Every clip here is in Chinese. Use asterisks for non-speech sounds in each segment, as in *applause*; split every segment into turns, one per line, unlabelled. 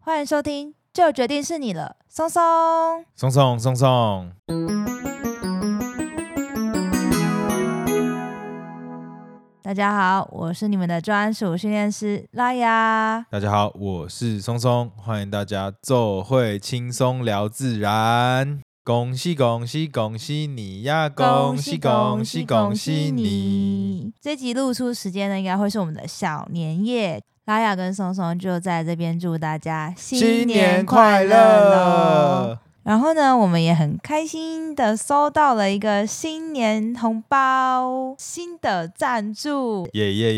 欢迎收听《就决定是你了》，松松。
松松松松，
大家好，我是你们的专属训练师拉雅。
大家好，我是松松，欢迎大家奏会轻松聊自然。恭喜恭喜恭喜你呀！恭喜恭喜恭喜你！！
这集录出时间呢，应该会是我们的小年夜。拉雅跟松松就在这边祝大家
新年
快
快
乐
乐！！
然后呢，我们也很开心的收到了一个新年红包，新的赞助。
耶耶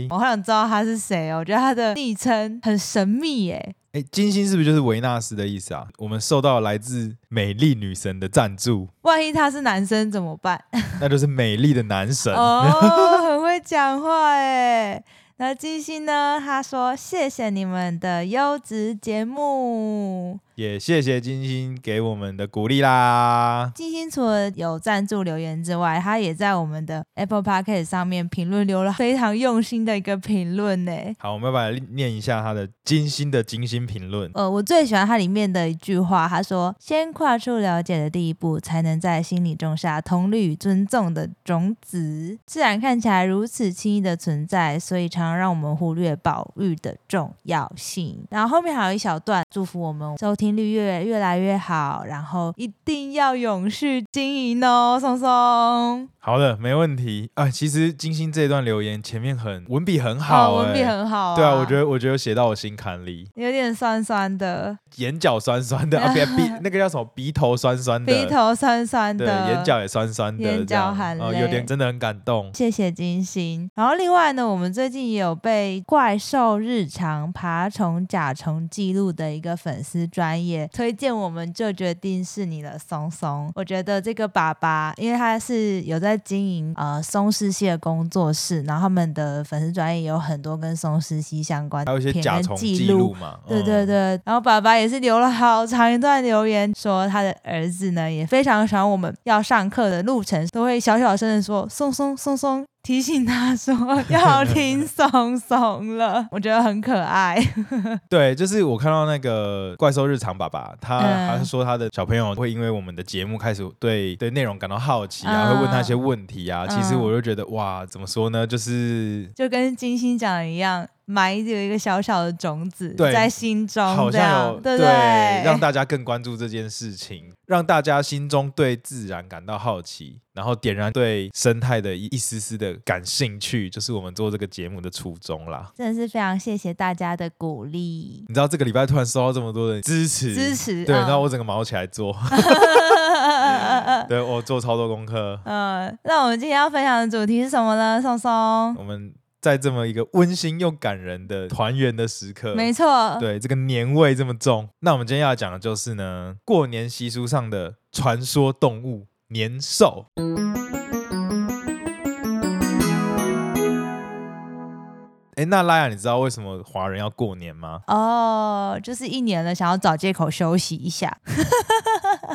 耶！
我好想知道他是谁哦，我觉得他的昵称很神秘耶。
哎，金星是不是就是维纳斯的意思啊？我们受到来自美丽女神的赞助，
万一他是男生怎么办？
那就是美丽的男神。
哦，很会讲话哎。那金星呢？他说：“谢谢你们的优质节目。
也谢谢金星给我们的鼓励啦”！
金星除了有赞助留言之外，他也在我们的 Apple Podcast 上面评论留了非常用心的一个评论欸呢。
好，我们要把它念一下他的金星的金星评论。
呃，我最喜欢它里面的一句话，他说：“先跨出了解的第一步，才能在心里种下同理与尊重的种子。自然看起来如此轻易的存在，所以常常让我们忽略保育的重要性。”然后后面还有一小段祝福我们收听率越越来越好，然后一定要永续经营哦，松松。
好的，没问题啊。其实金星这段留言前面很文笔很
哦
好、欸，
文笔很好、
对啊，我觉得我觉得写到我心坎里，
有点酸酸的，
眼角酸
*laughs*
酸的，啊，别鼻那个叫什么鼻头酸酸的，
鼻头酸酸的，
对，眼角也酸酸的，
眼角
这样
含
哦，
泪
有点真的很感动。
谢谢金星。然后另外呢，我们最近也有被怪兽日常爬虫甲虫记录的一个粉丝专业推荐，我们就决定是你的松松。我觉得这个爸爸，因为他是有在经营呃松狮系的工作室，然后他们的粉丝专业有很多跟松狮系相关的
还有一些
片
甲
跟
虫
记
记
录
录。嘛，
对
嗯
对对，然后爸爸也是留了好长一段留言，说他的儿子呢也非常喜欢我们要上课的路程，都会小小声的说松松松松，提醒他说要听松松
*laughs*
了，我觉得很可爱。
对，就是我看到那个怪兽日常爸爸，他
嗯
还是说他的小朋友会因为我们的节目开始对对内容感到好奇啊，
嗯
会问他一些问题啊。其实
嗯
我就觉得哇，怎么说呢，就是
就跟金星讲的一样，埋有一个小小的种子
对
在心中，
好
这
像
样
有
对不
让大家更关注这件事情，让大家心中对自然感到好奇，然后点燃对生态的一一丝丝的感兴趣，就是我们做这个节目的初衷啦。
真的是非常谢谢大家的鼓励
你知道这个礼拜突然收到这么多的支持，
支持。
对，
嗯 *laughs*
然后嗯我整个毛起来做， *laughs* 对我做超多功课。
嗯，那我们今天要分享的主题是什么呢？松松，
我们在这么一个温馨又感人的团圆的时刻，
没错，
对，这个年味这么重。那我们今天要讲的就是呢，过年习俗上的传说动物年兽。哎，那拉雅，你知道为什么华人要过年吗？
哦，就是一年了，想要找借口休息一下。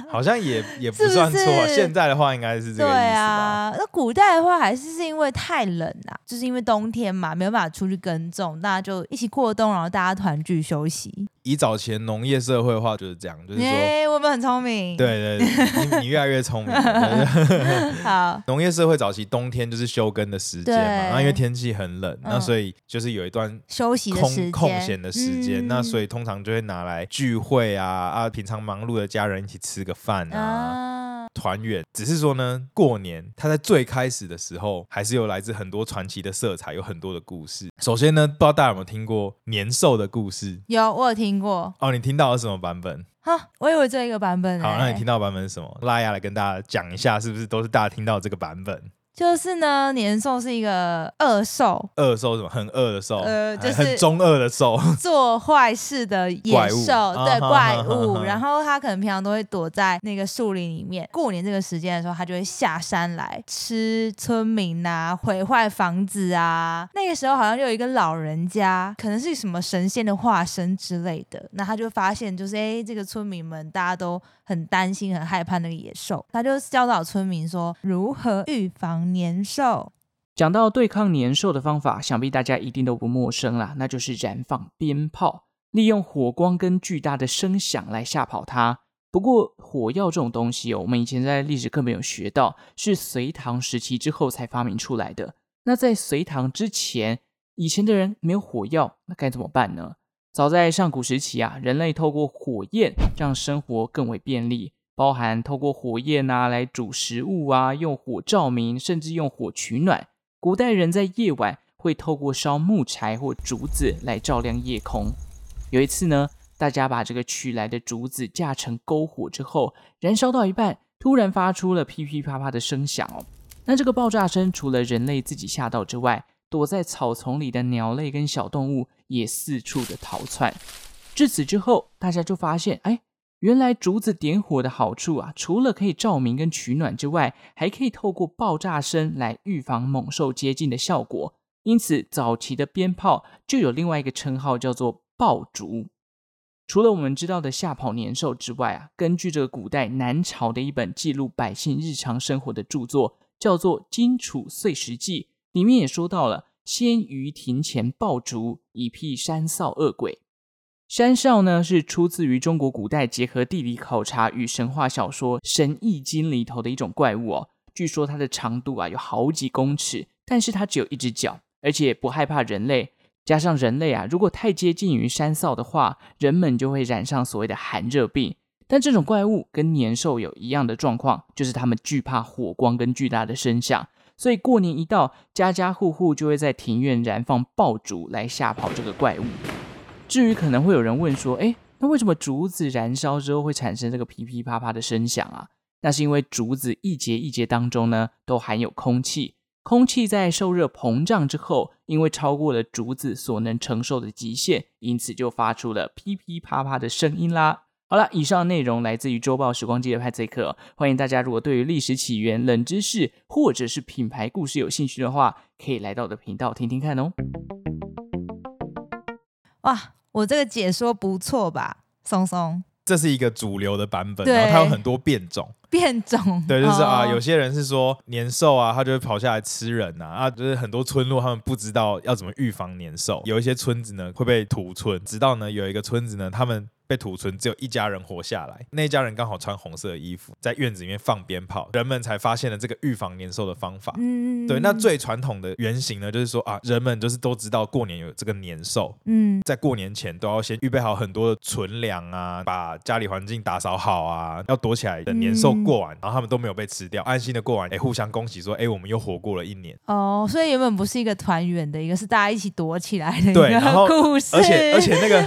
好
*laughs*
像也也不
是不
算错啊。
是
现在的话应该是这
对
个意思吧？
啊，那古代的话还是是因为太冷啊，就是因为冬天嘛，没有办法出去耕种，大家就一起过冬，然后大家团聚休息。
以早前农业社会的话就是这样，就是说，
耶、我们很聪明。，
对对对，你你越来越聪明了。对对
好，
农业社会早期冬天就是休耕的时间嘛，
对
然后因为天气很冷，
嗯
那所以就是有一段
休息的时
空
间，嗯
空闲的时间，那所
以
以通常就会拿来聚会啊啊，平常忙碌的家人一起吃个饭啊，
啊，
团圆。只是说呢，过年它在最开始的时候，还是有来自很多传奇的色彩，有很多的故事。首先呢，不知道大家有没有听过年兽的故事？
有我有听过。
哦，你听到的是什么版本？
哈，我以为只有一个版本、欸。
好，那你听到的版本是什么？拉雅来跟大家讲一下，是不是都是大家听到这个版本？
就是呢，年兽是一个恶兽，
恶兽是什么？很恶的兽，
呃就是
很中二的兽。
做坏事的野兽，
怪物
对
啊哈
怪
哈哈
物。
哈
然后他可能平常都会躲在那个树林里面，过年这个时间的时候，他就会下山来吃村民啊，毁坏房子啊。那个时候好像就有一个老人家，可能是什么神仙的化身之类的，那他就发现就是，哎，这个村民们大家都很担心、很害怕那个野兽，他就教导村民说如何预防年兽。
讲到对抗年兽的方法，想必大家一定都不陌生啦，那就是燃放鞭炮。利用火光跟巨大的声响来吓跑它。不过，火药这种东西哦，我们以前在历史课本有学到，是隋唐时期之后才发明出来的。那在隋唐之前，以前的人没有火药，那该怎么办呢？早在上古时期啊，人类透过火焰让生活更为便利，包含透过火焰啊来煮食物啊，用火照明，甚至用火取暖。古代人在夜晚会透过烧木柴或竹子来照亮夜空。有一次呢，大家把这个取来的竹子架成篝火之后，燃烧到一半，突然发出了噼噼啪啪的声响哦。那这个爆炸声除了人类自己吓到之外，躲在草丛里的鸟类跟小动物也四处的逃窜。至此之后，大家就发现，哎，原来竹子点火的好处啊，除了可以照明跟取暖之外，还可以透过爆炸声来预防猛兽接近的效果。因此，早期的鞭炮就有另外一个称号，叫做爆竹。除了我们知道的吓跑年兽之外啊，根据这个古代南朝的一本记录百姓日常生活的著作，叫做《荆楚岁时记》，里面也说到了“先于庭前爆竹，以辟山扫恶鬼”。山少呢，是出自于中国古代结合地理考察与神话小说《神异经》里头的一种怪物哦。据说它的长度啊有好几公尺，但是它只有一只脚，而且不害怕人类。加上人类啊，如果太接近于山臊的话，人们就会染上所谓的寒热病。但这种怪物跟年兽有一样的状况，就是它们惧怕火光跟巨大的声响。所以过年一到，家家户户就会在庭院燃放爆竹来吓跑这个怪物。至于可能会有人问说，诶，那为什么竹子燃烧之后会产生这个噼噼啪啪的声响啊？那是因为竹子一节一节当中呢，都含有空气，空气在受热膨胀之后，因为超过了竹子所能承受的极限，因此就发出了噼噼啪啪的声音啦。好了，以上内容来自于《周报时光机的派这一课》，欢迎大家如果对于历史起源、冷知识或者是品牌故事有兴趣的话，可以来到我的频道听听看哦。
哇，我这个解说不错吧，松松
*laughs* 这是一个主流的版本，
对
然后它有很多变种。
变种，
*laughs* 对，就是啊，
哦
有些人是说年兽啊，它就会跑下来吃人呐、啊，就是很多村落他们不知道要怎么预防年兽，有一些村子呢会被屠村，直到呢有一个村子呢，他们被屠村，只有一家人活下来，那一家人刚好穿红色的衣服，在院子里面放鞭炮，人们才发现了这个预防年兽的方法。
嗯
对，那最传统的原型呢，就是说啊，人们就是都知道过年有这个年兽，
嗯
在过年前都要先预备好很多的存粮啊，把家里环境打扫好啊，要躲起来等年兽过完，然后他们都没有被吃掉，安心的过完，哎，互相恭喜说，哎，我们又活过了一年。
哦，所以原本不是一个团圆的一个，是大家一起躲起来的一
对然后
个故事，
而且而且那个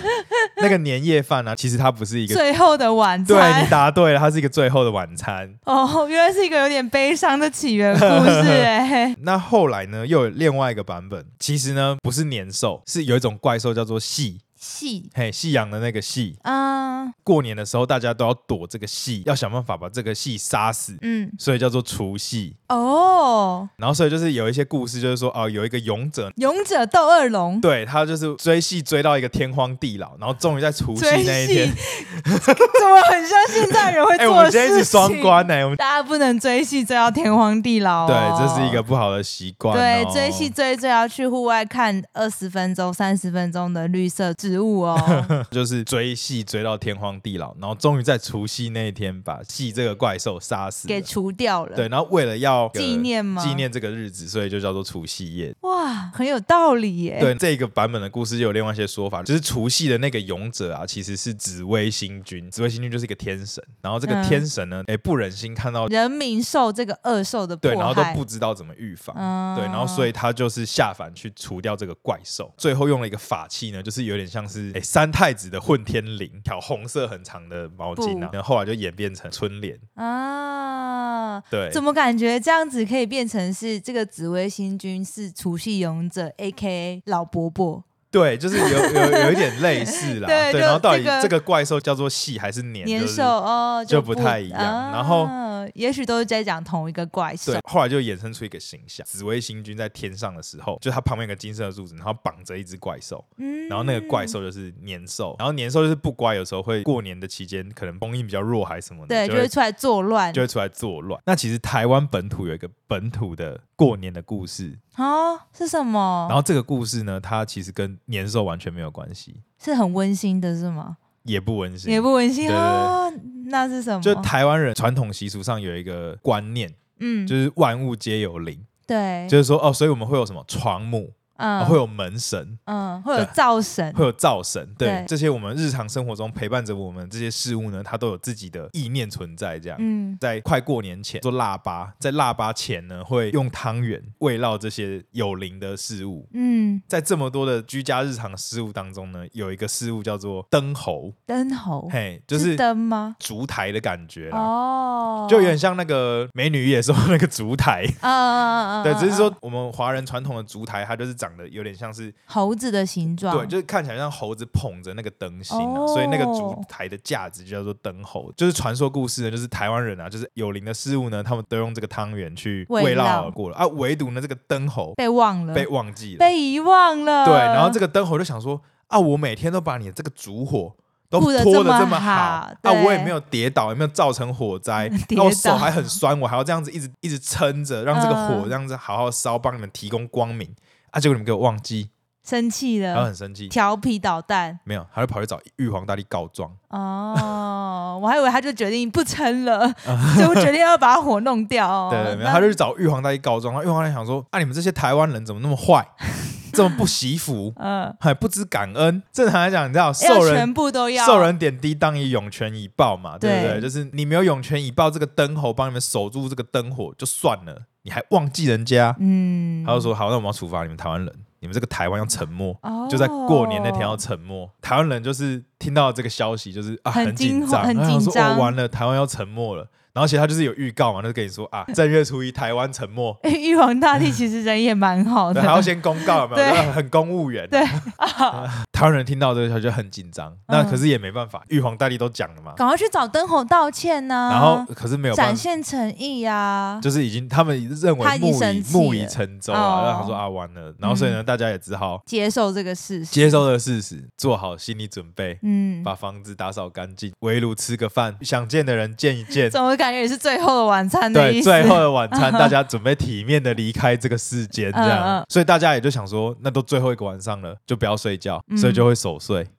那个年夜饭呢、啊，其实它不是一个，
最后的晚
对你
餐。
答对了，它是一个最后的晚餐。
*laughs* 哦，原来是一个有点悲伤的起源故
*laughs*
事哎、
那后来呢，又有另外一个版本，其实呢不是年兽，是有一种怪兽叫做戏，
戏，
嘿，夕阳的那个戏。
嗯
过年的时候大家都要躲这个戏，要想办法把这个戏杀死，
嗯，
所以叫做除戏。
哦，
然后所以就是有一些故事，就是说哦、有一个勇者，
勇者斗恶龙，
对他就是追戏追到一个天荒地老，然后终于在除夕
追
那一
戏，
*laughs* 天，
*laughs* 怎么很像现代人会
哎、我
做
们
的
今天一
事
直双
情？
关呢、哎我们
大家不能追戏追到天荒地老、哦。
对，这是一个。不好的习惯、哦。
对，追戏追追要去户外看二十分钟、三十分钟的绿色植物
*laughs*
哦。
就是追戏追到天荒地老，然后终于在除夕那一天把戏这个怪兽杀死了
给除掉了。
对，，然后为了要
纪念吗
纪念这个日子，所以就叫做除夕夜。
哇，很有道理耶。，
对这个版本的故事，有另外一些说法，就是除夕的那个勇者啊，其实是紫微星君，紫微星君就是一个天神，然后这个
嗯
天神呢，哎、不忍心看到
人民受这个恶兽的迫
对，
害，
然后都不知道怎么预防，
嗯
对，然后所以他就是下凡去除掉这个怪兽，最后用了一个法器呢，就是有点像是哎三太子的混天绫，条红色很长的毛巾啊
布，
然后后来就演变成春联，
啊。
对，
怎么感觉这样子可以变成是这个紫薇星君是除夕勇者 A K A 老伯伯？
对，就是有有有一点类似
*laughs*
啦，
对就
然后到底
这个
这个怪兽叫做戏还是年，
年
就是
兽哦
就
不
不太一样
啊
然后
呢，也许都是在讲同一个怪兽 *laughs*
对，，后来就衍生出一个形象，紫薇星君在天上的时候，就它旁边有个金色的柱子，然后绑着一只怪兽，
嗯，
然后那个怪兽就是年兽，然后年兽就是不乖，有时候会过年的期间可能封印比较弱还是什么的，
对，就
就
会
会
出来作乱，
就会出来作乱。那其实台湾本土有一个本土的过年的故事，
哦，是什么？
然后这个故事呢，它其实跟年兽完全没有关系，
是很温馨的，是吗？
也不温馨，
也不温馨
对对对
哦，那是什么？
就台湾人传统习俗上有一个观念，
嗯，
就是万物皆有灵，
对，
就是说哦，所以我们会有什么床母，哦
嗯，
会有门神，
嗯会有
对
灶神，
会有灶神，对
对
这些我们日常生活中陪伴着我们这些事物呢，它都有自己的意念存在。这样，
嗯
在快过年前做腊八，在腊八前呢，会用汤圆慰劳这些有灵的事物。
嗯，
在这么多的居家日常事物当中呢，有一个事物叫做灯猴，
灯猴
嘿，就是是
灯吗？
烛台的感觉啦，
哦，
就有点像那个美女与野兽那个烛台。
嗯，嗯嗯嗯嗯，
对，只是说
嗯
我们华人传统的烛台，它就是长得有点像是
猴子的形状，
对，就是看起来像猴子捧着那个灯芯啊，
哦
所以那个烛台的价值就叫做灯猴。就是传说故事呢，就是台湾人啊，就是有灵的事物呢，他们都用这个汤圆去
慰
慰劳
劳
而过了啊，唯独呢这个灯猴
被忘了，
被忘记
嗯
了。
被遗忘了，
对，然后这个灯猴就想说啊，我每天都把你的这个烛火。都
顾得
拖
这么
得这么好
好
啊！我也
对，
没有跌倒，也没有造成火灾
*laughs* 跌
那我手
倒
还很酸，我还要这样子一直一直撑着，让这个
嗯
火这样子好好烧，帮你们提供光明啊！结果你们给我忘记，
生气
然后
了，
很生气，
调皮捣蛋
没有，他就跑去找玉皇大帝告状。 *laughs*
哦，我还以为他就决定不撑了，所以我决定要把火弄掉哦，
对对，没有，
那
他就去找玉皇大帝告状。然后玉皇大帝想说：啊，你们这些台湾人怎么那么坏，这么不惜福，
嗯，
还不知感恩？正常来讲，你知道
要
受
全
人
部都要，
受人点滴，当以涌泉以报嘛，对不
对
对？就是你没有涌泉以报，这个灯猴帮你们守住这个灯火就算了，你还忘记人家。
嗯，
他就说：好，那我们要处罚你们台湾人，你们这个台湾要沉默。
哦
就在过年那天要沉默，台湾人就是听到这个消息，就是啊
很
很
惊
紧张，
很
然后想
紧
说
张
哦完了，台湾要沉默了。然后其实他就是有预告嘛，他就跟你说啊，正月初一台湾沉
*laughs*
默，
哎玉皇大帝其实人也蛮好
嗯对
的，
还要先公告有
哦
没有？
对
就是很公务员。啊
对，
*laughs*
嗯
台湾人听到这个消息就很紧张，那可是也没办法，玉皇大帝都讲了嘛。
*laughs* 赶快去找灯猴道歉呐、
然后可是没有
嗯
办
展
法，
现诚意啊，
就是已经他们认
他
为
已经
木
生
已
气
木
了
已成舟
哦嗯
啊，然后他说啊完了，然后所以呢，大家也只好
接受这个事实，
接受这个事实，做好心理准备。
嗯，
把房子打扫干净，围炉吃个饭，想见的人见一见。
怎么感觉也是最后的晚餐的意思？
对，最后的晚
*laughs*
餐，大家准备体面的离开这个世间，这
嗯
样
嗯，
所以大家也就想说，那都最后一个晚上了，就不要睡觉，所以就会守岁。
嗯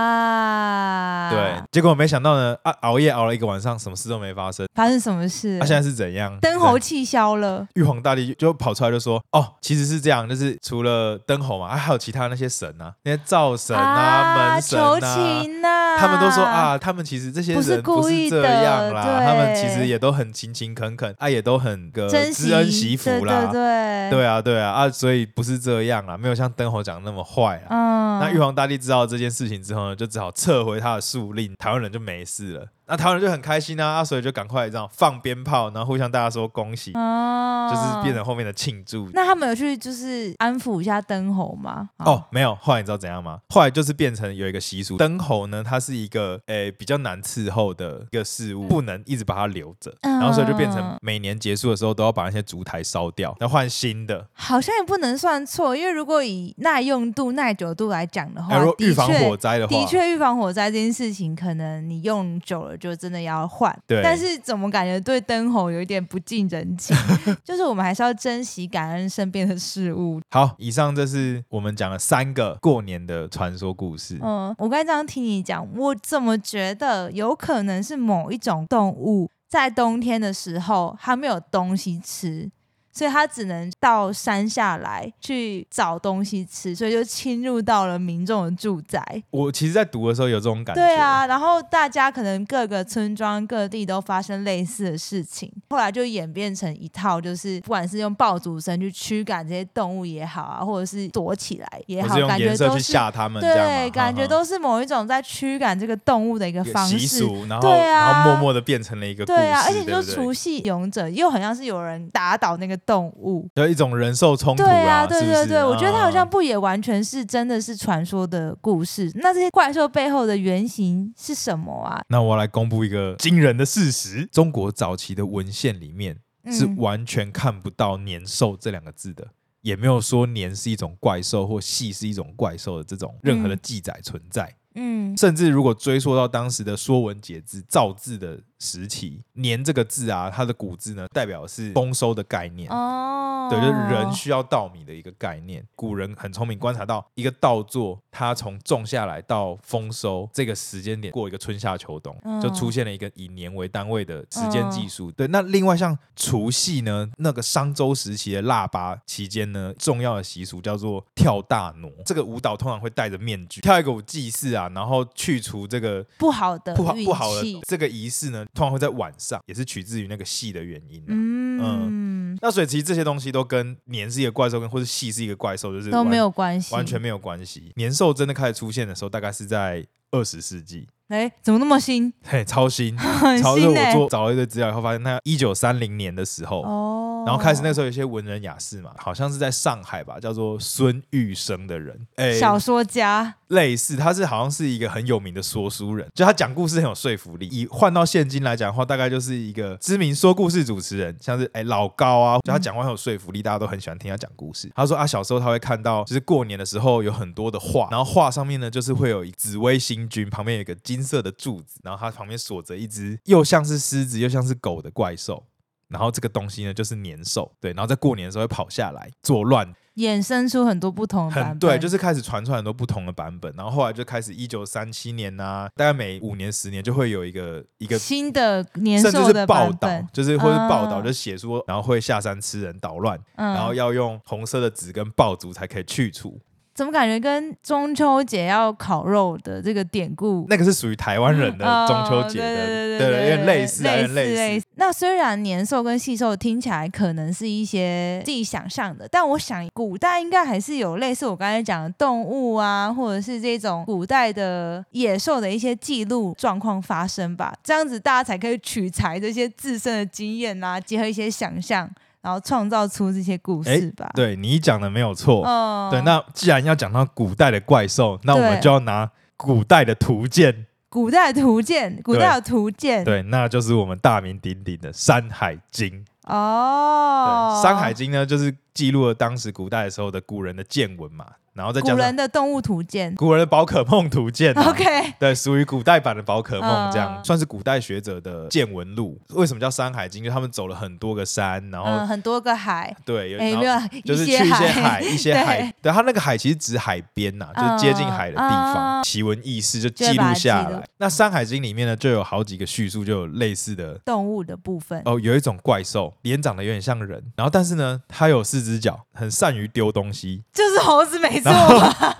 啊，
对，，结果没想到呢，啊，熬夜熬了一个晚上，什么事都没发生。
发生什么事？
那啊现在是怎样？
灯猴
对。
气消了，
*laughs* 玉皇大帝就跑出来就说：“哦，其实是这样，就是除了灯猴嘛，啊还有其他那些神啊，那些灶神啊、门神
求
啊，
情呐、
他们都说啊，他们其实这些
不是
人不
故意
是这
的
样啦，他们
对
其实也都很勤勤恳恳，啊，也都很个
珍惜
知恩惜福啦，
对对对，
对啊，对啊，啊，所以不是这样啦，没有像灯猴讲的那么坏啊。
嗯，
那玉皇大帝知道这件事情之后呢，就只好撤回他的树令，台湾人就没事了。那台湾人就很开心啊，啊所以就赶快这样放鞭炮，然后互相大家说恭喜，
哦，
就是变。成后面的庆祝。
那他们有去就是安抚一下灯猴吗？
哦，，没有。后来你知道怎样吗？后来就是变成有一个习俗，灯猴呢，它是一个诶、比较难伺候的一个事物，不能一直把它留着，
嗯
然后所以就变成每年结束的时候都要把那些烛台烧掉，要换新的。
好像也不能算错，因为如果以耐用度、耐久度来讲的话，
还哎如果
的
预防
确
火灾的话，
的确，预防火灾这件事情，可能你用久了就真的要换。
对
但是怎么感觉对灯猴有一点不近人
*laughs*
情？就是我们还是要珍惜、感恩身边的事物。
好，以上这是我们讲了三个过年的传说故事。
嗯，我刚才这样听你讲，我怎么觉得有可能是某一种动物在冬天的时候它没有东西吃。所以它只能到山下来去找东西吃，所以就侵入到了民众的住宅。啊
我其实，在读的时候有这种感觉。
对啊，然后大家可能各个村庄、各地都发生类似的事情，后来就演变成一套，就是不管是用爆竹声去驱赶这些动物也好啊，或者是躲起来也
我
好
是，用
感觉
颜色
都
去
是
吓他们，这样
对，
吗
感觉
哈哈
都是某一种在驱赶这个动物的一个
一个
方
习
式。
俗，然后、
对啊
然后默默的变成了一个故事，
对啊，而且你
对
说
不对
除夕勇者又很像是有人打倒那个动物。
就一种人兽冲突
对啊，对
是不
对
是？
对，我觉得它好像
嗯
不也完全是真的是传说的故事。那这些怪兽背后的原型是什么啊？
那我来公布一个惊人的事实：中国早期的文献里面是
嗯
完全看不到“年兽”这两个字的，也没有说“年”是一种怪兽或“系”是一种怪兽的这种任何的
嗯
记载存在。
嗯
甚至如果追溯到当时的《说文解字》造字的时期，“年”这个字啊，它的古字呢，代表是丰收的概念。
哦，
对，就是人需要稻米的一个概念。古人很聪明，观察到一个稻作，它从种下来到丰收这个时间点，过一个春夏秋冬，
嗯
就出现了一个以年为单位的时间技术。对，那另外像除夕呢，那个商周时期的腊八期间呢，重要的习俗叫做跳大挪。这个舞蹈通常会戴着面具跳一个舞祭祀啊，然后去除这个
不好的
不好
呃运
不好的
气
这个仪式呢，通常会在晚上，也是取自于那个戏的原因啊、
嗯，
那所以其实这些东西都跟年是一个怪兽，跟或者戏是一个怪兽，就是
都
完
没有关系，
完全。没有关系。年兽真的开始出现的时候，大概是在二十世纪，
哎，怎么那么新？
嘿，超
*laughs*
新，
很
超就是
新
我
哎。
做找了一堆资料以后，发现那一九三零年的时候。
哦，
然后开始那时候有一些文人雅士嘛，好像是在上海吧，叫做孙玉生的人，哎，
小说家，
类似，他是好像是一个很有名的说书人，就他讲故事很有说服力。以换到现今来讲的话，大概就是一个知名说故事主持人，像是哎、老高啊，就他讲话很有说服力，大家都很喜欢听他讲故事。他说啊，小时候他会看到，就是过年的时候有很多的画，然后画上面呢就是会有一紫薇星君，旁边有一个金色的柱子，然后它旁边锁着一只又像是狮子又像是狗的怪兽。然后这个东西呢，就是年兽，对，然后在过年的时候会跑下来作乱，
衍生出很多不同的
很
版本，
对，就是是开始传出来很多不同的版本，然后后来就开始一九三七年呐、大概每五年十年就会有一个一个，
新的年
甚至
兽
是
的
报
版
道
本，，
就是或是报道
啊
就写说，然后会下山吃人捣乱，
嗯，
然后要用红色的纸跟爆竹才可以去除，
怎么感觉跟中秋节要烤肉的这个典故？
那个是属于台湾人的
嗯
中秋节
对
的，
对
有点类似啊，有
类
点类似。
似。那虽然年兽跟细兽听起来可能是一些自己想象的，但我想古代应该还是有类似我刚才讲的动物啊，或者是这种古代的野兽的一些记录状况发生吧。这样子大家才可以取材这些自身的经验啊，结合一些想象，然后创造出这些故
哎
事吧。，
对你讲的没有错，
嗯
对。那既然要讲到古代的怪兽，那我们
对
就要拿古代的图鉴
古代的图鉴，古代的图鉴，
对，那就是我们大名鼎鼎的《山海经》。对，
哦，
《山海经》呢，就是记录了当时古代的时候的古人的见闻嘛，然后再加
古
上
人的动物图鉴。
古人的宝可梦图鉴、
*laughs*
啊。
OK，
对，属于古代版的宝可梦，这样、
嗯
算是古代学者的见闻录。为什么叫《山海经》？因为他们走了很多个山，然后、
嗯，很多个海，
对，有
哎，
然
没
后
有，
就是去
些
一些
*laughs* 海，
一些
对
海，对，它那个海其实指海边呐、就是接近海的地
嗯
方，奇闻异事就记录
就会把它
下
记录
来。那《山海经》里面呢，就有好几个叙述，就有类似的
动物的部分。
哦，有一种怪兽，脸长得有点像人，然后但是呢，它有四只脚，很善于丢东西。
就是猴子没错
然后
吧，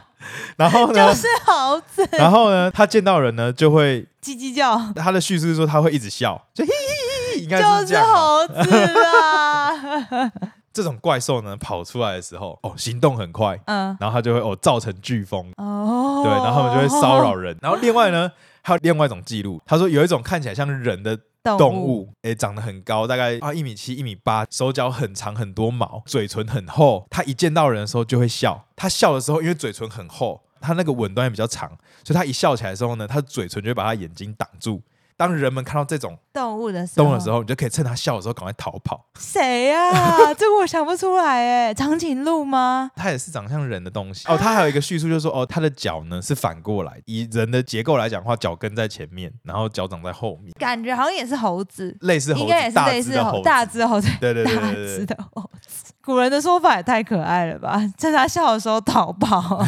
然后呢，
就是猴子，
然后呢，它见到人呢，就会
叽叽叫，
它的叙述是说它会一直笑，就嘿嘿嘿嘿，应该
就是是
这样吧。
猴子
*laughs*
啦。
这种怪兽呢，跑出来的时候，哦，行动很快，
嗯，
然后它就会哦造成飓风，
哦，
对，然后他们就会骚扰人。然后另外呢，还有另外一种记录，他说有一种看起来像人的
动
动物，诶，长得很高，大概啊一米七、一米八，手脚很长，很多毛，嘴唇很厚。它一见到人的时候就会笑，它笑的时候因为嘴唇很厚，它那个吻端也比较长，所以它一笑起来的时候呢，它嘴唇就会把它眼睛挡住。当人们看到这种
动物的时
动物的时
候，
候，你就可以趁它笑的时候赶快逃跑。
谁
*laughs*
呀？这个我想不出来，哎，长颈鹿吗？
它也是长得像人的东西哦。它还有一个叙述，就是说哦，它的脚呢是反过来，以人的结构来讲的话，脚跟在前面，然后脚掌在后面，
感觉好像也是猴子，
类似
应
猴
该也
子
是
大
类
只
似
的
猴
猴子
大只猴子，
对对对
大
对对
只的猴子。古人的说法也太可爱了吧！趁他笑的时候逃
*laughs*
跑。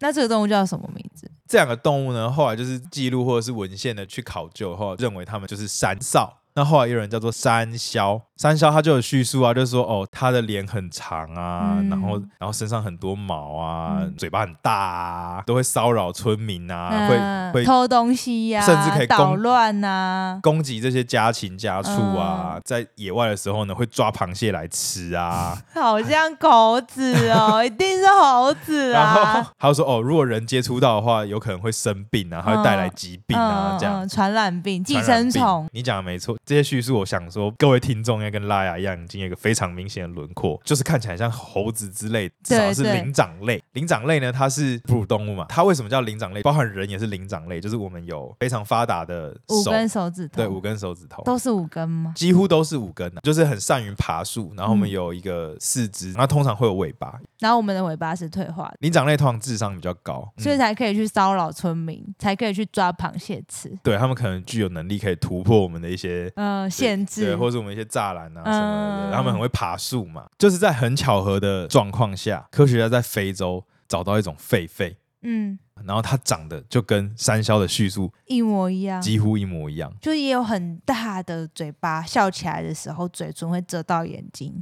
那这个动物叫什么名字？
这两个动物呢，后来就是记录或者是文献的去考究后，认为它们就是山少。那后来有人叫做山魈，山魈他就有叙述啊，就是说哦，他的脸很长啊，
嗯
然后然后身上很多毛啊，
嗯
嘴巴很大啊，都会骚扰村民啊，
嗯
会会
偷东西呀、
甚至可以攻
捣乱啊呐、
攻击这些家禽家畜
嗯
啊，在野外的时候呢，会抓螃蟹来吃
*laughs*
啊。
好像猴子
*laughs*
哦，一定是猴子
然后
啊，
还有说哦，如果人接触到的话，有可能会生病啊，还会带来疾病啊，这样。
嗯传染病、寄
传染
生
病
虫，，
你讲的没错。这些叙述，我想说，各位听众应该跟拉雅一样，已经有一个非常明显的轮廓，就是看起来像猴子之类，至少
对
是
对
灵长类。灵长类呢，它是哺乳动物嘛，它为什么叫灵长类？包含人也是灵长类，就是我们有非常发达的
五
手，
根手指头，
对，五根手指头，
都是五根吗？
几乎都是五根、啊，就是很善于爬树。然后我们有一个四肢，那、通常会有尾巴。
然后我们的尾巴是退化的，
灵长类通常智商比较高，嗯
所以才可以去骚扰村民，才可以去抓螃蟹吃。
对他们可能具有能力可以突破我们的一些
嗯，限
对，
制，
或者我们一些栅栏啊什么的，
嗯
他们很会爬树嘛。就是在很巧合的状况下，科学家在非洲找到一种狒狒，
嗯，
然后它长得就跟山魈的叙述
一模一样，
几乎一模一样。
就也有很大的嘴巴，笑起来的时候嘴唇会遮到眼睛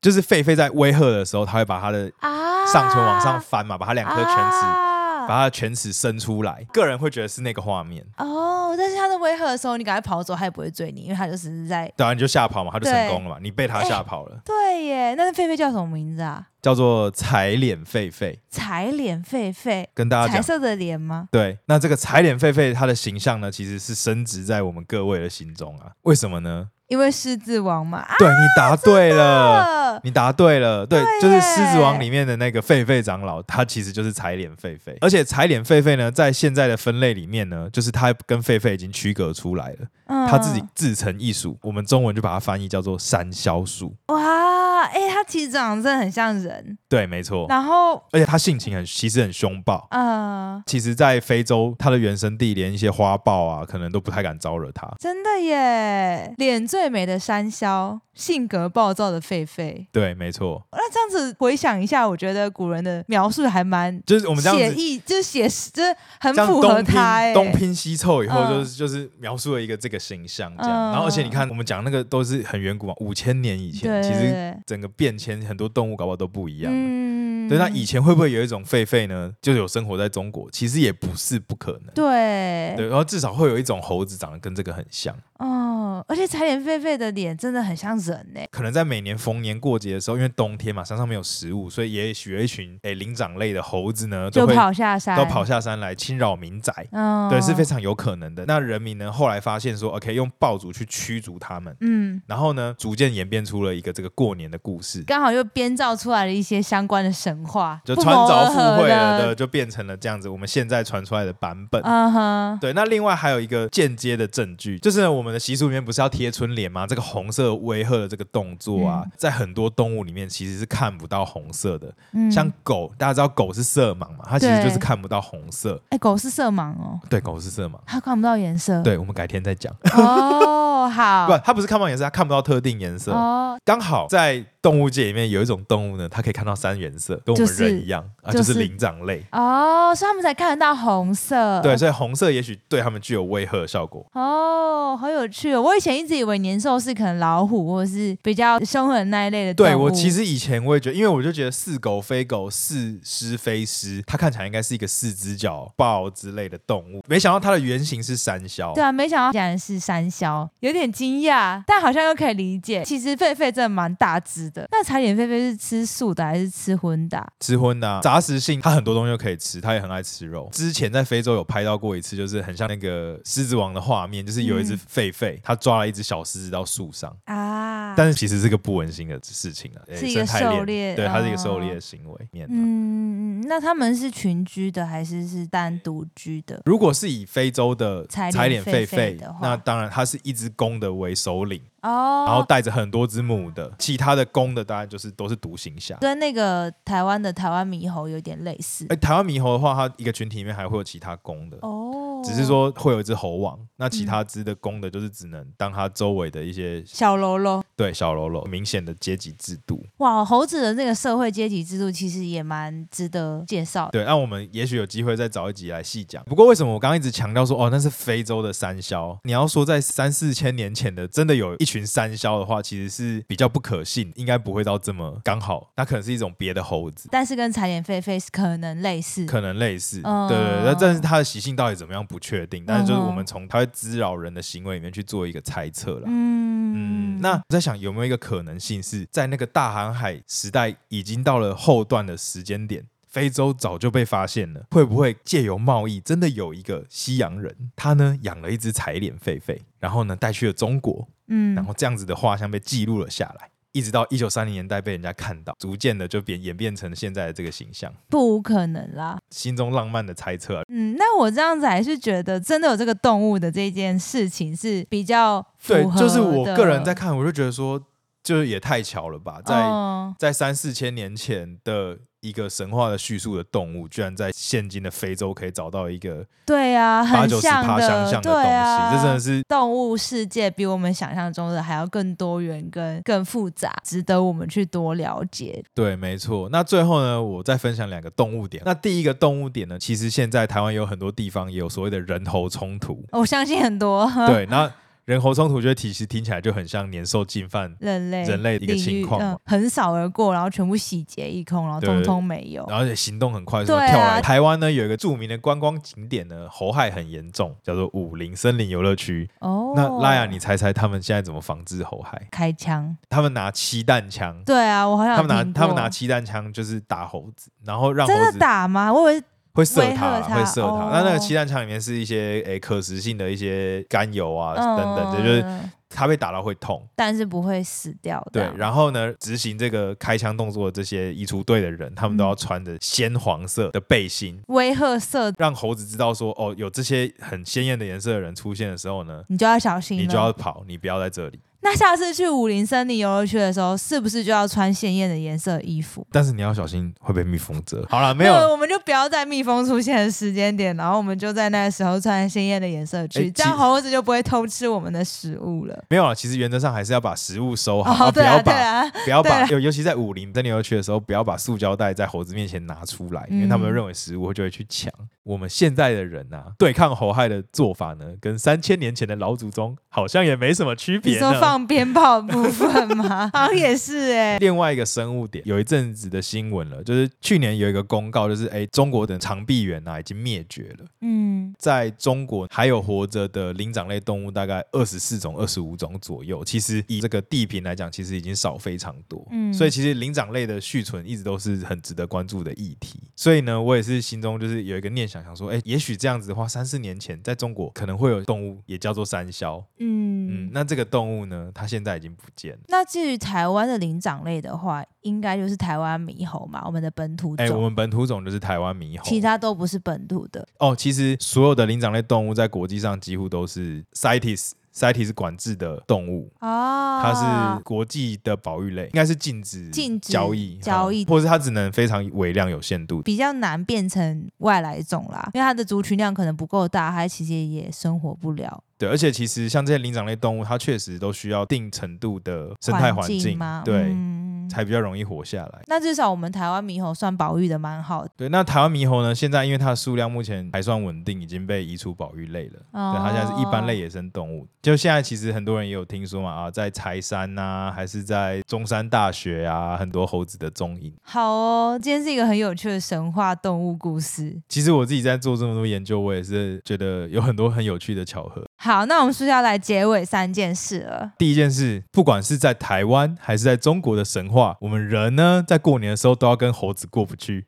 就是狒狒在威吓的时候，它会把它的
啊，
上唇往上翻嘛，把它两颗犬齿，把
啊
它的犬齿伸出来。个人会觉得是那个画面。
哦，但是他在威吓的时候，你赶快跑走，他也不会追你，因为他就只是在。
对啊，你就吓跑嘛，他就成
对
功了嘛，你被他吓跑了，
对耶，那狒狒叫什么名字啊？
叫做踩脸狒狒，
彩脸狒狒，
跟大家
彩
讲。
色的脸吗？
对，那这个踩脸狒狒，它的形象呢，其实是深植在我们各位的心中啊。为什么呢？
因为狮子王嘛。啊，
对你答对了，
呃
你答对了，对，
对
就是
耶
《狮子王》里面的那个狒狒长老，他其实就是踩脸狒狒。而且踩脸狒狒呢，在现在的分类里面呢，就是它跟狒狒已经区隔出来了，它自己
嗯
自成一属，我们中文就把它翻译叫做山魈属。
哇，哎，他其实长得真的很像人，
对，没错。
然后
而且它性情很，其实很凶暴，
呃，
其实，在非洲，它的原生地连一些花豹啊，可能都不太敢招惹它。
真的耶，脸最美的山魈，性格暴躁的狒狒。
对，没错，
那这样子回想一下，我觉得古人的描述还蛮
就是我们这
写
样子，
意，就是写实，就是很
这样
符合
东拼
他哎。
东拼西凑以后，
嗯
就是就是描述了一个这个形象这样。
嗯
然后，而且你看，我们讲那个都是很远古嘛，五千年以前，
对，
其实
实
整个变迁，很多动物搞不好都不一样。
嗯
对，那以前会不会有一种狒狒呢？就有生活在中国，其实也不是不可能。
对
对，然后至少会有一种猴子长得跟这个很像，
哦，而且彩脸狒狒的脸真的很像人呢、
可能在每年逢年过节的时候，因为冬天嘛，山上没有食物，所以也许有一群诶灵长类的猴子呢，
就
都会
跑下山，
都跑，下山来侵扰民宅，
嗯，
对，是非，常有可能的。那人民呢，后来发现说，OK，用爆竹去驱逐他们，
嗯，
然后呢，逐渐演变出了一个这个过年的故事，
刚好又编造出来了一些相关的神话，
就
不
穿
谋
凿
而
附
合
会了的，
的，
就变成了这样子，我们现在传出来的版本。
嗯哼，
对，那另外还有一个间接的证据，就是呢我们的习俗里面不是要贴春联吗？这个红色威吓的这个动作啊，
嗯
在很多动物里面其实是看不到红色的，
嗯，
像狗，大家知道狗是色盲嘛，它其实
对
就是看不到红色。
哎、狗是色盲哦，
对，狗是色盲。
它看不到颜色，，
对，我们改天再讲。
哦，嗯好
不，，它不是看不到颜色，它看不到特定颜色。
哦，
刚好在动物界里面有一种动物呢，它可以看到三原色，跟我们
就是
人一样啊，就
就是
是灵长类。
哦，所以他们才看得到红色，
对，，所以红色也许对它们具有威吓的效果。
哦，好有趣哦！我以前一直以为年兽是可能老虎或者是比较凶狠那一类的动物，
对我其实以前我也觉得，因为我就觉得似狗非狗，似狮非狮，它看起来应该是一个四只脚豹之类的动物，没想到它的原型是山魈。
对啊，没想到竟然是山魈，有点惊讶，但好像又可以理解。其实狒狒真的蛮大只的。那彩脸狒狒是吃素的还是吃荤的啊、
吃荤的、啊、杂食性，它很多东西都可以吃，它也很爱吃肉。之前在非洲有拍到过一次，就是很像那个狮子王的画面，就是有一只
嗯
狒狒，它抓了一只小狮子到树上，
啊？
但是其实是个不温馨的事情啊，诶
是一
生
个
态
狩猎
对，它是一个
哦
狩猎的行为面啊、
嗯，那他们是群居的还是是单独居的？
如果是以非洲的
采
采脸
脸狒
狒
狒
狒
的话，
那当然它是一只公的为首领，然后
哦，
带着很多只母的，其他的公的当然就是都是独行侠。
跟那个台湾的台湾猕猴有点类似。
哎，台湾猕猴的话，它一个群体里面还会有其他公的，
哦，嗯
只是说会有一只猴王，那其他只的公的就是只能当它周围的一些
小喽啰。
对小喽啰，明显的阶级制度。
哇，猴子的那个社会阶级制度其实也蛮值得介绍的。
对，那我们也许有机会再找一集来细讲。不过为什么我刚刚一直强调说，哦，那是非洲的山魈？你要说在三四千年前的真的有一群山魈的话，其实是比较不可信，应该不会到这么刚好。那可能是一种别的猴子，
但是跟彩脸狒狒是可能类似，
可能类似。
嗯
对对对，那但是它的习性到底怎么样不确定，但是就是
嗯哼
我们从它会滋扰人的行为里面去做一个猜测啦。
嗯
嗯，那我在想有没有一个可能性是在那个大航海时代已经到了后段的时间点，非洲早就被发现了，会不会借由贸易真的有一个西洋人，他呢养了一只彩脸狒狒，然后呢带去了中国，
嗯
然后这样子的画像被记录了下来。一直到一九三零年代被人家看到，逐渐的就变演变成现在的这个形象。
不无可能啦。
心中浪漫的猜测啊、
嗯，那我这样子还是觉得真的有这个动物的这件事情是比较符
对，
合
就是我
的
个人在看，我就觉得说，就是也太巧了吧，在
嗯
在三四千年前的一个神话的叙述的动物，居然在现今的非洲可以找到一个
对啊，
八
很
九十
像
趴相像的
对
东西，
啊，
这真的是
动物世界比我们想象中的还要更多元、跟更复杂，值得我们去多了解。
对，没错。那最后呢，我再分享两个动物点。那第一个动物点呢，其实现在台湾有很多地方也有所谓的人猴冲突，
我相信很多
对，那人猴冲突就会其实听起来就很像年兽进犯。
*laughs* 人类
人类的一个
领
情
域
况嘛
嗯，很少而过，然后全部洗劫一空，然后
对
通通没有。
然后也行动很快速地
对啊
跳来。台湾呢有一个著名的观光景点呢，猴害很严重，叫做武林森林游乐区。
哦，
那拉雅，你猜猜他们现在怎么防治猴害？
开枪？
他们拿气弹枪，
对啊，我好像
他
有
们拿
听
他们
过
拿气弹枪就是打猴子，然后让
真
猴
的
子
打吗？我以为
会射
威吓
它，
它
会射它。那那
哦
个气弹枪里面是一些诶可食性的一些甘油啊等等，这就是
嗯
它被打到会痛。
但是不会死掉的。
对，然后呢，执行这个开枪动作的这些移除队的人，他们都要
嗯
穿着鲜黄色的背心，
威吓色，
让猴子知道说，哦，有这些很鲜艳的颜色的人出现的时候呢，
你就要小心了。
你就要跑，你不要在这里。
那下次去武林森林游乐区的时候，是不是就要穿鲜艳的颜色衣服？
但是你要小心会被蜜蜂蛰。好了，没有，
我们就不要在蜜蜂出现的时间点，然后我们就在那个时候穿鲜艳的颜色去，
哎
这样
其
猴子就不会偷吃我们的食物了。
没有啊，其实原则上还是要把食物收好，
哦，
啊不
对啊，
要
对
把、
啊，
不要把，
对
尤尤其在武林真的游去的时候，不要把塑胶袋在猴子面前拿出来，因为他们
嗯
认为食物就会去抢。我们现在的人啊，对抗猴害的做法呢，跟三千年前的老祖宗好像也没什么区
你
别
说
呢。
放鞭炮的部分吗？好像也是哎、
*laughs* 另外一个生物点，有一阵子的新闻了，就是去年有一个公告，就是哎，中国的长臂猿啊已经灭绝了，
嗯，
在中国还有活着的灵长类动物大概二十四种、二十五种左右。其实以这个地平来讲，其实已经少非常多。
嗯
所以其实灵长类的续存一直都是很值得关注的议题。所以呢，我也是心中就是有一个念想，想说，哎，也许这样子的话，三四年前在中国可能会有动物也叫做山魈。
嗯
嗯，那这个动物呢，它现在已经不见了。
那至于台湾的灵长类的话，应该就是台湾猕猴嘛，我们的本土种，
哎，我们本土种就是台湾猕猴，
其他都不是本土的。
哦，其实所有的灵长类动物在国际上几乎都是 CITES。CITES 管制的动物，
哦，
它是国际的保育类，应该是禁止
禁止
交易
交易
嗯或是它只能非常微量有限度。
比较难变成外来种啦，因为它的族群量可能不够大，它其实也生活不了。
对，而且其实像这些灵长类动物，它确实都需要定程度的生态环境，
吗？
对，
嗯
才比较容易活下来。
那至少我们台湾猕猴算保育的蛮好的，
对，那台湾猕猴呢？现在因为它的数量目前还算稳定，已经被移出保育类了。
哦
对，它现在是一般类野生动物。就现在其实很多人也有听说嘛，啊，在柴山呐、还是在中山大学啊，很多猴子的踪影。
好哦，今天是一个很有趣的神话动物故事。
其实我自己在做这么多研究，我也是觉得有很多很有趣的巧合。
好，那我们是不是要来结尾三件事
*laughs*
了？
第一件事，不管是在台湾还是在中国的神话，我们人呢在过年的时候都要跟猴子过不去。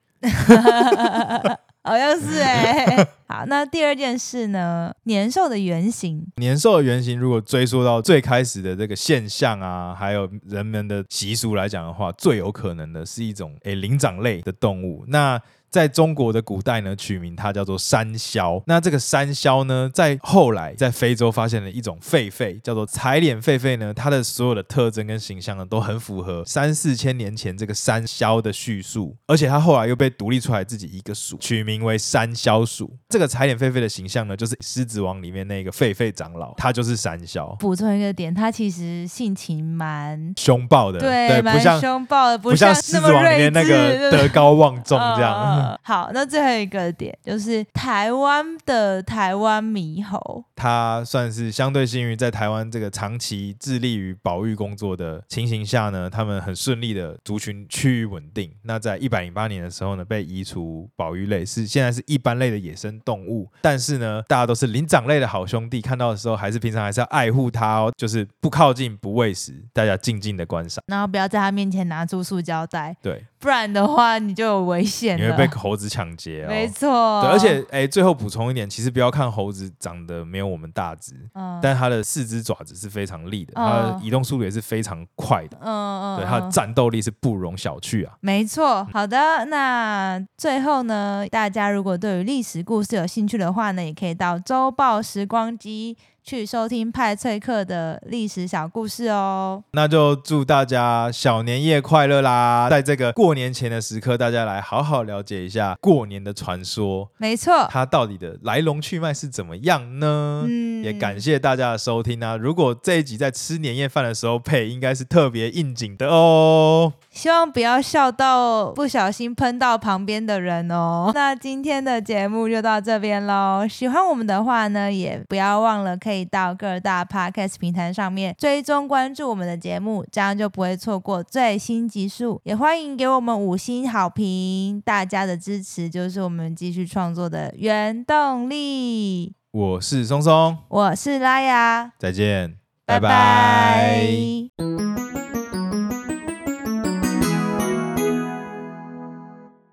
好像是哎、好，那第二件事呢？年兽的原型，
年兽的原型如果追溯到最开始的这个现象啊，还有人们的习俗来讲的话，最有可能的是一种诶灵长类的动物。那在中国的古代呢，取名它叫做山魈。那这个山魈呢，在后来在非洲发现了一种狒狒，叫做彩脸狒狒呢，它的所有的特征跟形象呢，都很符合三四千年前这个山魈的叙述，而且它后来又被独立出来自己一个属，取名为山魈属。这个彩脸狒狒的形象呢，就是《狮子王》里面那个狒狒长老，它就是山魈，
补充一个点，他其实性情蛮
凶暴的，对，不
蛮
像
凶暴的，
不像
像
《狮
那
子
么
王》
睿
里面那
智
个德高望重这样。
嗯嗯嗯好，那最后一个点就是台湾的台湾猕猴，
他算是相对幸运，在台湾这个长期致力于保育工作的情形下呢，他们很顺利的族群趋于稳定。那在一百零八年的时候呢，被移除保育类，是现在是一般类的野生动物。但是呢，大家都是灵长类的好兄弟，看到的时候还是平常还是要爱护它哦，就是不靠近、不喂食，大家静静的观赏。
然后不要在他面前拿出塑胶袋， *laughs*
对，
不然的话你就有危险
你
了。
会被猴子抢劫哦。
没错，
对，而且哎，最后补充一点，其实不要看猴子长得没有我们大只，
嗯，
但它的四肢爪子是非常利的，它
嗯
的移动速度也是非常快的，
嗯嗯，
对它的
嗯
战斗力是不容小觑啊。
没错，好的，那最后呢，大家如果对于历史故事有兴趣的话呢，也可以到周报时光机去收听派翠克的历史小故事哦。
那就祝大家小年夜快乐啦！在这个过年前的时刻，大家来好好了解一下过年的传说，
没错，
它到底的来龙去脉是怎么样呢？
嗯，
也感谢大家的收听啊！如果这一集在吃年夜饭的时候配，应该是特别应景的哦。
希望不要笑到不小心喷到旁边的人哦。那今天的节目就到这边喽。喜欢我们的话呢，也不要忘了可以到各大 podcast 平台上面追踪关注我们的节目，这样就不会错过最新集数。也欢迎给我们五星好评，大家的支持就是我们继续创作的原动力。
我是松松，
我是拉雅，
再见，
拜
拜拜